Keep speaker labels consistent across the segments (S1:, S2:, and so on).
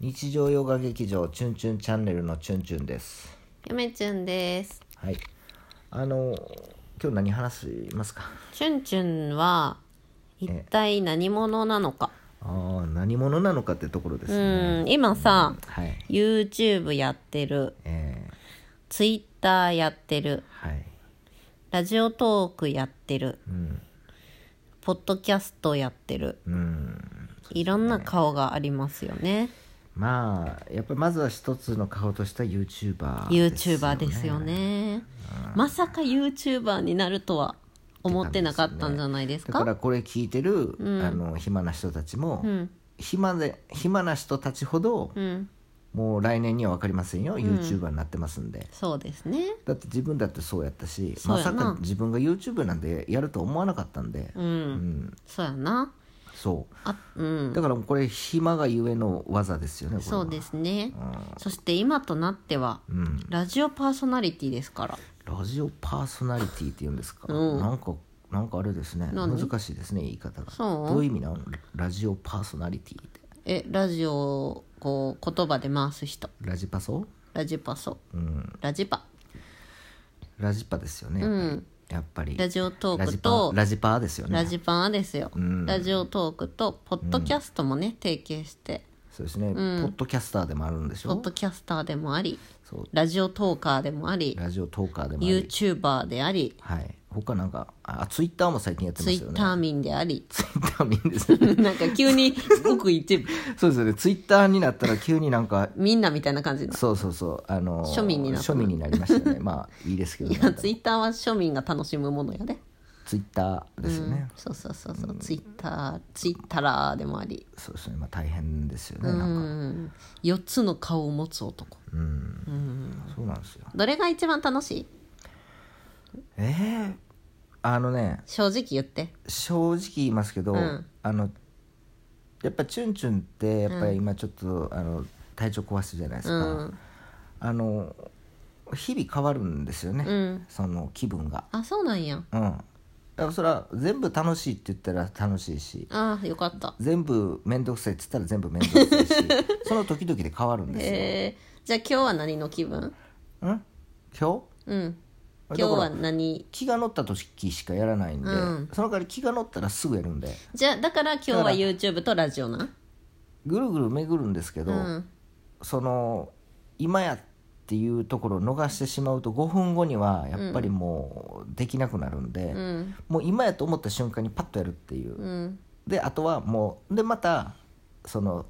S1: 日常洋画劇場チュンチュンチャンネルのチュンチュンです
S2: ゆめちゅんです。
S1: はいあの今日何話しますか
S2: チュンチュンは一体何者なのか。
S1: ああ何者なのかってところです
S2: う
S1: ね
S2: ん、今さ、
S1: はい
S2: YouTube やってる、
S1: え
S2: Twitter やってる
S1: ー、、はい
S2: ラジオトークやってる、ポッドキャストやってる、
S1: うん
S2: いろんな顔がありますよね。
S1: まあやっぱりまずは一つの顔としては YouTuber ですよね
S2: YouTuber ですよね。まさか YouTuber になるとは思ってなかったんじゃないです
S1: だ
S2: か。
S1: からこれ聞いてる、あの暇な人たちも、暇で暇な人たちほど、
S2: うん、
S1: もう来年には分かりませんよ、YouTuber になってますんで
S2: そうですね。
S1: だって自分だってそうやったし
S2: そう
S1: ま
S2: やな
S1: さか自分が YouTube なんてやると思わなかったんで、
S2: うん、そうやな。
S1: そ
S2: あ、うん
S1: う。だからもうこれ暇がゆえの技ですよねこれは
S2: そうですね、そして今となっては、ラジオパーソナリティですから
S1: ラジオパーソナリティって言うんですか、なんかなんかあれですね難
S2: 何
S1: しいですね言い方が
S2: そう
S1: どういう意味なのラジオパーソナリティって
S2: えラジオをこう言葉で回す人
S1: ラジパソ
S2: ラジパソ、ラジパ
S1: ラジパですよね、やっぱり
S2: ラジオトー
S1: ラ
S2: ク
S1: ジ
S2: と
S1: パラジパーですよ
S2: ラ
S1: ね
S2: ジパンですよ、ラジオトークとポッドキャストもね、提携して
S1: そうですね、ポッドキャスターでもあるんでし
S2: ポッ
S1: ょ
S2: ドキャスターでもあり
S1: そう
S2: ラジオトーカーでもあり
S1: ラジオトーカーでもあり
S2: YouTuber であり
S1: はい他なんかあツイッターも最近やってま
S2: ツイ
S1: すよ
S2: ッ
S1: ね
S2: ター民であり
S1: ツイッター民ですね
S2: なんか急にごく一部
S1: そうですよねツイッターになったら急になんか
S2: みんなみたいな感じの
S1: そうそうそうあのー
S2: 庶民になった
S1: 庶民になりました ねまあいいですけど
S2: い
S1: ね
S2: やツイッターは庶民が楽しむものやで、
S1: ツイッターですよね、
S2: そうそうそうそう、ツイッターツイッタラーでもあり
S1: そうですねまあ大変ですよね、なんか
S2: うん4つの顔を持つ男
S1: そうなんですよ
S2: どれが一番楽しい
S1: えー、あのね
S2: 正直言って
S1: 正直言いますけど、
S2: ん
S1: あのやっぱチュンチュンってやっぱり今ちょっと、あの体調壊してるじゃないです
S2: う
S1: か、
S2: ん
S1: あの日々変わるんですよね、
S2: うん
S1: その気分が
S2: あそうなんや
S1: うんだからそれは全部楽しいって言ったら楽しいし
S2: あよかった
S1: 全部面倒くさいって言ったら全部面倒く さいしその時々で変わるんですよ、
S2: えー、じゃあ今日は何の気分
S1: うん今
S2: うん
S1: 日
S2: 今日
S1: だ
S2: は
S1: から
S2: 何
S1: 気が乗った時しかやらないんで、
S2: うん
S1: その代わり気が乗ったらすぐやるんで
S2: じゃあだから今日
S1: だか
S2: は
S1: ら
S2: YouTube とラジオな
S1: ぐるぐる巡るんですけど、
S2: うん
S1: その今やっていうところを逃してしまうと5分後にはやっぱりもうできなくなるんで、
S2: うん
S1: もう今やと思った瞬間にパッとやるっていう、
S2: うん
S1: であとはもうでまたその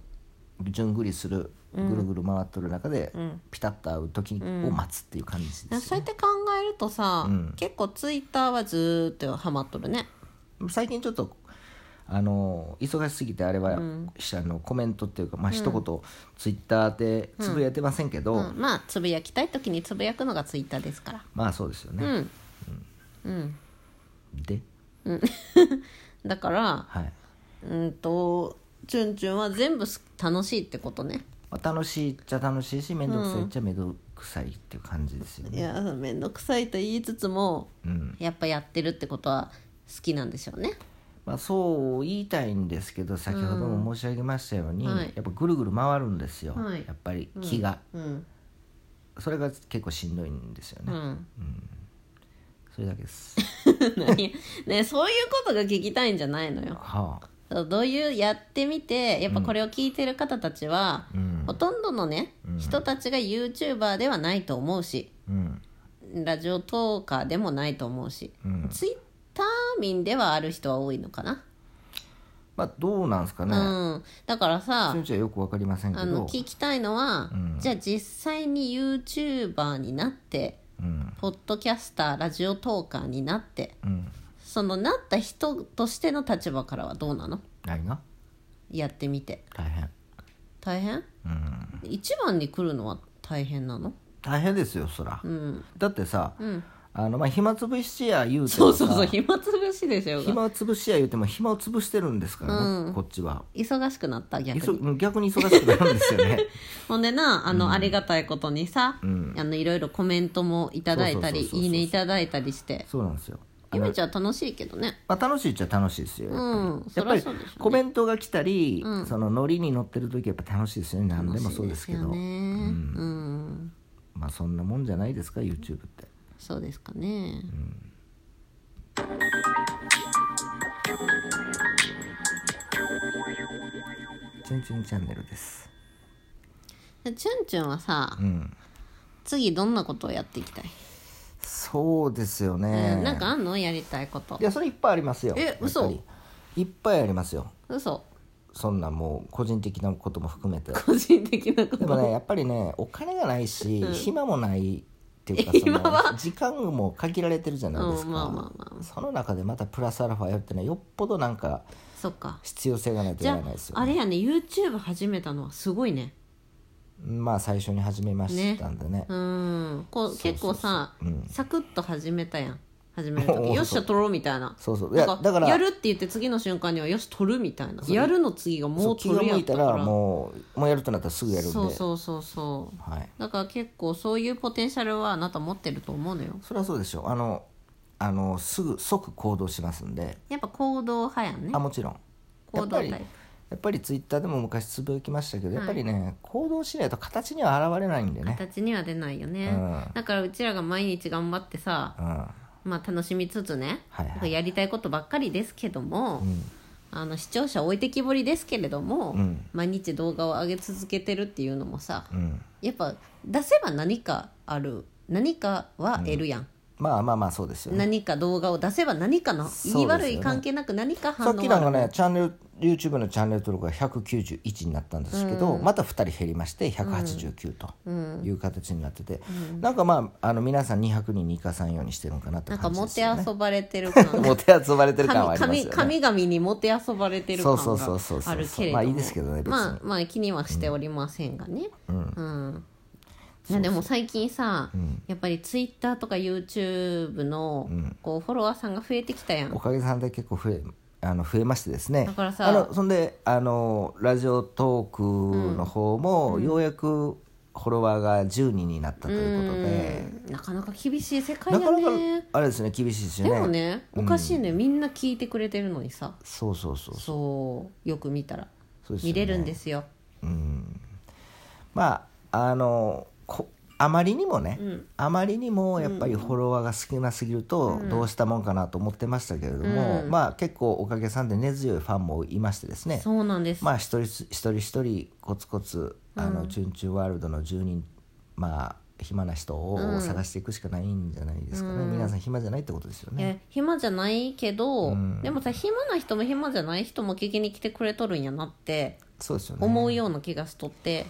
S1: 順繰りするぐるぐる回っとる中で、ピタッと会う時を待つっていう感じです、
S2: そうやって考えるとさ、結構ツイッターはずーっとハマっとるね
S1: 最近ちょっとあの忙しすぎてあれは、しあのコメントっていうかまあ一言、ツイッターでつぶやいてませんけど、
S2: うん、まあつぶやきたい時につぶやくのがツイッターですから
S1: まあそうですよね、
S2: うん
S1: で
S2: だから
S1: はい、
S2: うんとチュンチュンは全部す楽しいってことね
S1: まあ、楽しいっちゃ楽しいし面倒くさいっちゃ面倒くさいっていう感じですよ
S2: い
S1: ね、
S2: や面倒くさいと言いつつも、やっぱやってるってことは好きなんでしょうね
S1: まあ、そう言いたいんですけど先ほども申し上げましたように、
S2: はい
S1: やっぱぐるぐる回るんですよ、
S2: はい
S1: やっぱり気が、
S2: うん
S1: それが結構しんどいんですよ
S2: う
S1: ね、
S2: ん
S1: それだけです
S2: 何ねそういうことが聞きたいんじゃないのよ
S1: はあ
S2: そうどういうやってみてやっぱこれを聞いてる方たちは、
S1: うん
S2: ほとんどのね、人たちが YouTuber ではないと思うし
S1: うん
S2: ラジオトーカーでもないと思うし、ツイッター民ではある人は多いのかな、
S1: まあどうなんですかね、
S2: うんだからさ
S1: 順次はよくわかりませんけ
S2: あの
S1: ど
S2: 聞きたいのは、じゃあ実際に YouTuber になって
S1: うん
S2: ポッドキャスターラジオトーカーになって
S1: うん
S2: そのなった人としての立場からはどうなの
S1: 何が
S2: やってみて
S1: 大変
S2: 大変
S1: うん
S2: 一番に来るのは大変なの
S1: 大変ですよそら、
S2: ん
S1: だってさ、あのまあ暇つぶしや言うて
S2: そ
S1: も
S2: う
S1: さ
S2: そうそう暇つぶしでしょうが
S1: 暇を潰しや言うても暇を潰してるんですからね、こっちは
S2: 忙しくなった逆
S1: 逆
S2: に
S1: に逆に忙しくなるんですよ ね
S2: ほんでなあの、ありがたいことにさ、あのいろいろコメントもいただいたり
S1: そうそうそうそうそう
S2: いいねいただいたりして
S1: そうなんですよあ
S2: ゆ
S1: の
S2: めちゃん楽しいけどね
S1: まあ、楽しいっちゃ楽しいですよ、
S2: うん
S1: やっぱり
S2: そりゃそうでしょうね
S1: コメントが来たり、
S2: うん
S1: そのノリに乗ってる時やっぱ楽しいですよね何でもそうですけど
S2: 楽しいですよね
S1: うん
S2: うん
S1: まあそんなもんじゃないですか YouTube って
S2: そうですかね、
S1: 「チュンチュンチャンネル」です
S2: でチュンチュンはさ、
S1: うん
S2: 次どんなことをやっていきたい、
S1: そうですよね、
S2: うん、なんかあんのやりたいこと
S1: いやそれいっぱいありますよ
S2: え
S1: やっぱり
S2: 嘘
S1: いっぱいありますよ
S2: 嘘
S1: そんなもう個人的なことも含め て
S2: 個人的なこ
S1: で
S2: と
S1: もねやっぱりねお金がないし、暇もないっていうかそ
S2: 暇は
S1: の時間も限られてるじゃないですか、
S2: うんまあまあま
S1: その中でまたプラスアルファやるってのはよっぽどなんか
S2: そっか
S1: 必要性がないと
S2: じ
S1: や
S2: ゃ
S1: らないです
S2: あ
S1: よ、
S2: あ
S1: ね、
S2: れやね YouTube 始めたのはすごいね
S1: まあ最初に始めましたんでね
S2: うんこう結構さサクッと始めたやん始める時
S1: おう
S2: よっしゃ撮ろうみたいな
S1: そうそうい
S2: な
S1: や
S2: んか
S1: だから
S2: やるって言って次の瞬間にはよし撮るみたいなやるの次が
S1: そ
S2: も
S1: う
S2: う
S1: 気
S2: 撮
S1: が
S2: るや
S1: 向
S2: っ
S1: い
S2: た
S1: た
S2: から
S1: らもうもうやるとなったらすぐやるんで
S2: そうそうそうそう
S1: はい、
S2: だから結構そういうポテンシャルはあなた持ってると思うのよ
S1: それはそうでしょうあのあのすぐ即行動しますんで
S2: やっぱ行動派やんね
S1: あもちろんや
S2: 行
S1: っ
S2: 動
S1: ぱ
S2: タイ
S1: り
S2: プ
S1: やっぱりツイッターでも昔つぶやきましたけど、やっぱりね行動しないと形には現れないんでね、
S2: 形には出ないよね、
S1: うん
S2: だからうちらが毎日頑張ってさ
S1: う、ん、は
S2: まあ、楽しみつつね、
S1: はいはい
S2: なんかやりたいことばっかりですけども、あの視聴者置いてきぼりですけれども、
S1: ん
S2: 毎日動画を上げ続けてるっていうのもさ、
S1: ん
S2: やっぱ出せば何かある何かは得るやん、
S1: まあまあまあそうですよね
S2: 何か動画を出せば何かの
S1: そうですよ
S2: 言
S1: ね
S2: い悪い関係なく何か反
S1: さ
S2: 応
S1: っき
S2: は
S1: なんかねチャンネル YouTube のチャンネル登録が191になったんですけど、また2人減りまして189という形になってて、なんかまああの皆さん200人に行かさんようにしてるのかなって
S2: なんか
S1: 感じ
S2: も
S1: です
S2: て
S1: よ、ね、
S2: 遊ばれてる感
S1: もて遊ばれてる感はあ
S2: 神
S1: りますよ
S2: 神
S1: ね
S2: 神々にもて遊ばれてる感が
S1: そうそうそうそうそう
S2: あるけれども
S1: まあいいですけどね別に
S2: まあ、まあ気にはしておりませんがねうん、いやでも最近さ、やっぱりツイッターとか YouTube のこうフォロワーさんが増えてきたやん、
S1: おかげさんで結構増えあの増えましてですね
S2: だからさ
S1: あのそんであのラジオトークの方もようやくフォロワーが10人になったということで、
S2: うんなかなか厳しい世界
S1: な
S2: だ
S1: か
S2: ね
S1: なかあれですね厳しいです
S2: で
S1: よ
S2: も
S1: ね
S2: ねおかしいね、みんな聞いてくれてるのにさ
S1: そうそうそうそう
S2: そうよく見たら、
S1: そうですよね
S2: 見れるんですよ
S1: まああのこあまりにもね、あまりにもやっぱりフォロワーが少なすぎるとどうしたもんかなと思ってましたけれども、まあ結構おかげさんで根強いファンもいましてですね
S2: そうなんです、
S1: まあ一人ず一人一人コツコツあの、チュンチュンワールドの住人まあ暇な人を探していくしかないんじゃないですかね、皆さん暇じゃないってことですよ
S2: い
S1: ね
S2: や暇じゃないけど、でもさ暇な人も暇じゃない人も聞きに来てくれとるんやなって
S1: そうですよね
S2: 思うような気がしとって、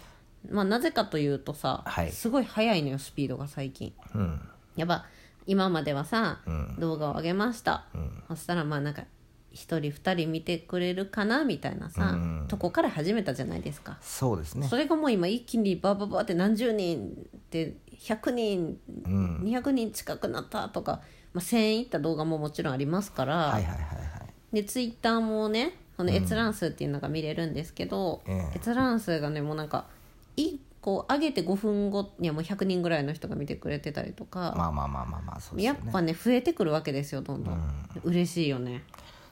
S2: まあなぜかというとさ、
S1: はい
S2: すごい速いのよスピードが最近
S1: うん
S2: やっぱ今まではさ、動画を上げました、そしたらまあなんか一人二人見てくれるかなみたいなさ、とこから始めたじゃないですか
S1: そうですね
S2: それがもう今一気にバババって何十人って100人、200人近くなったとか、まあ、1000いった動画ももちろんありますから、
S1: はいはいはいはい
S2: でツイッターもねその閲覧数っていうのが見れるんですけど、
S1: ええ
S2: 閲覧数がねもうなんか1個上げて5分後にはもう100人ぐらいの人が見てくれてたりとか、
S1: まあまあまあまあまあそうです
S2: や
S1: よ
S2: っ
S1: ね
S2: ぱね増えてくるわけですよどんどん、嬉しいよね、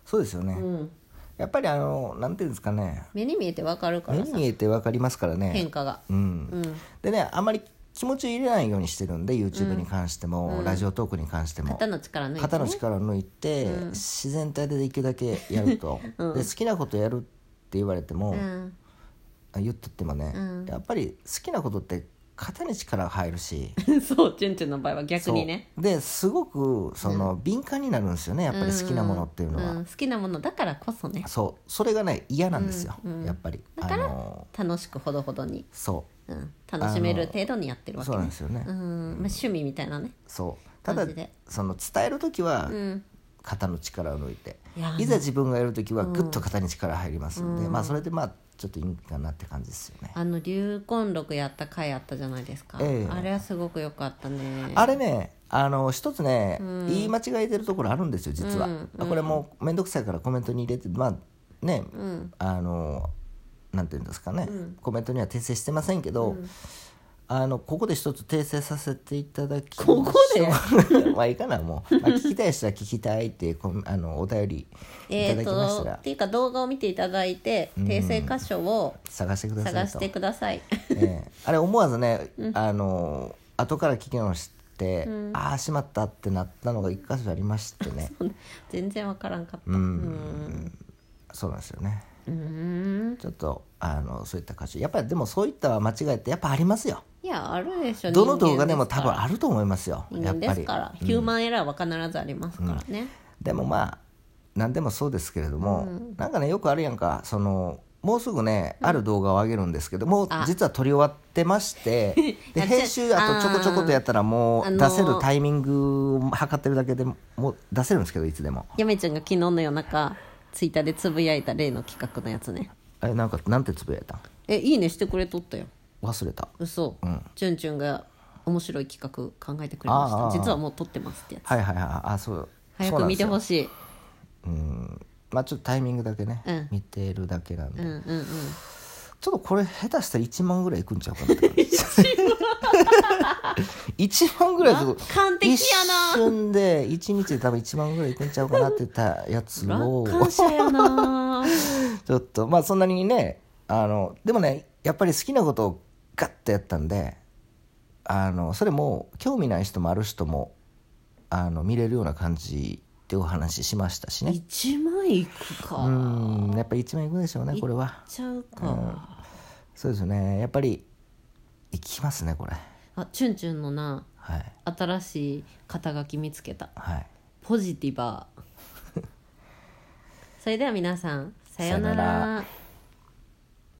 S1: そうですよね、
S2: うん、
S1: やっぱりあのなんていうんですかね
S2: 目に見えてわかるか
S1: 目
S2: ら
S1: に
S2: さ
S1: 見えて分かりますからね
S2: 変化が、
S1: うん
S2: うん、
S1: でねあんまり気持ちを入れないようにしてるんで YouTube に関しても、ラジオトークに関しても
S2: 肩の力抜いて、ね、
S1: 肩の力抜いて、自然体でできるだけやると、で好きなことやるって言われても、
S2: うん
S1: あ言っとってもね、
S2: うん
S1: やっぱり好きなことって肩に力が入るし
S2: そうチュンチュンの場合は逆にね
S1: そうですごくその、敏感になるんですよねやっぱり好きなものっていうのは、
S2: うん、好きなものだからこそね
S1: そうそれがね嫌なんですよ、やっぱり
S2: だから
S1: あの
S2: 楽しくほどほどに、
S1: そ
S2: うん、楽しめる程度にやって
S1: う
S2: るわけ
S1: そうなん
S2: ね
S1: ですよね、
S2: うんまあ、趣味みたいなね
S1: そうただ
S2: マジで
S1: その伝える時は、
S2: うん
S1: 肩の力を抜いて
S2: いやー
S1: いざ自分がやる時はぐっと肩に力入りますんで、まあそれでまあちょっといいかなって感じですよね、
S2: あの流魂録やった回あったじゃないですか、
S1: ええ
S2: あれはすごく良かったね
S1: あれねあの一つね、言い間違えてるところあるんですよ実は、
S2: うん
S1: これもう面倒くさいからコメントに入れてまあね、あのなんていうんですかね、コメントには訂正してませんけど、あのここで一つ訂正させていただき
S2: ここ で
S1: まあいいかなもう、まあ、聞きたい人は聞きたいってこんあのお便りい
S2: え
S1: ただ
S2: ー、
S1: きました
S2: と
S1: ら
S2: っ、ていうか動画を見ていただいて訂正箇所を
S1: 探してくださいと
S2: 探してください
S1: ええあれ思わずね、あの後から聞き直して、ああしまったってなったのが一箇所ありましてね
S2: 全然わからんかった
S1: そうなんですよね
S2: うん
S1: ちょっとあのそういった箇所やっぱりでもそういった間違いってやっぱありますよ
S2: いやあるでしょ
S1: どの動画でも
S2: 人
S1: 多分あると思いますよや
S2: 間
S1: っ
S2: で
S1: ぱ
S2: す
S1: り
S2: から人間ですからヒューマンエラーは必ずありますからね、
S1: でもまあ何でもそうですけれども、なんかねよくあるやんかそのもうすぐね、ある動画を上げるんですけどもう実は撮り終わってまして で
S2: やっちゃ
S1: 編集あとちょこちょことやったらも
S2: あ
S1: う
S2: の
S1: 出
S2: ー
S1: せるタイミングを測ってるだけでもう出せるんですけどいつでも
S2: やめちゃんが昨日の夜中ツイッターでつぶやいた例の企画のやつね
S1: あれなんかなんてつぶやいたん
S2: えいいねしてくれとったよ
S1: 忘れた
S2: 嘘、
S1: ん
S2: ちゅんちゅんが面白い企画考えてくれま
S1: ああああ
S2: した実はもう撮ってますってやつ
S1: はいはいはいあそう
S2: 早く見てほ
S1: い
S2: しい
S1: まあちょっとタイミングだけね、
S2: うん
S1: 見てるだけなんで、
S2: うんうんうん
S1: ちょっとこれ下手したら1万ぐらいいくんちゃうかなって感じ 1万ぐらい
S2: 楽観的やな
S1: 一瞬で1日で多分1万ぐらいいくんちゃうかなって言ったやつ
S2: 楽
S1: を
S2: 観者やな
S1: ちょっとまあそんなにねあのでもねやっぱり好きなことをガッとやったんであのそれも興味ない人もある人もあの見れるような感じってお話ししましたしね
S2: 1万いく
S1: う
S2: か
S1: んやっぱり1万いくでしょうねこれは
S2: ちゃうか、
S1: そうですねやっぱりいきますねこれ
S2: あちゅんちゅんのな
S1: はい
S2: 新しい肩書き見つけた
S1: はい
S2: ポジティバーそれでは皆さんさような
S1: さような
S2: ら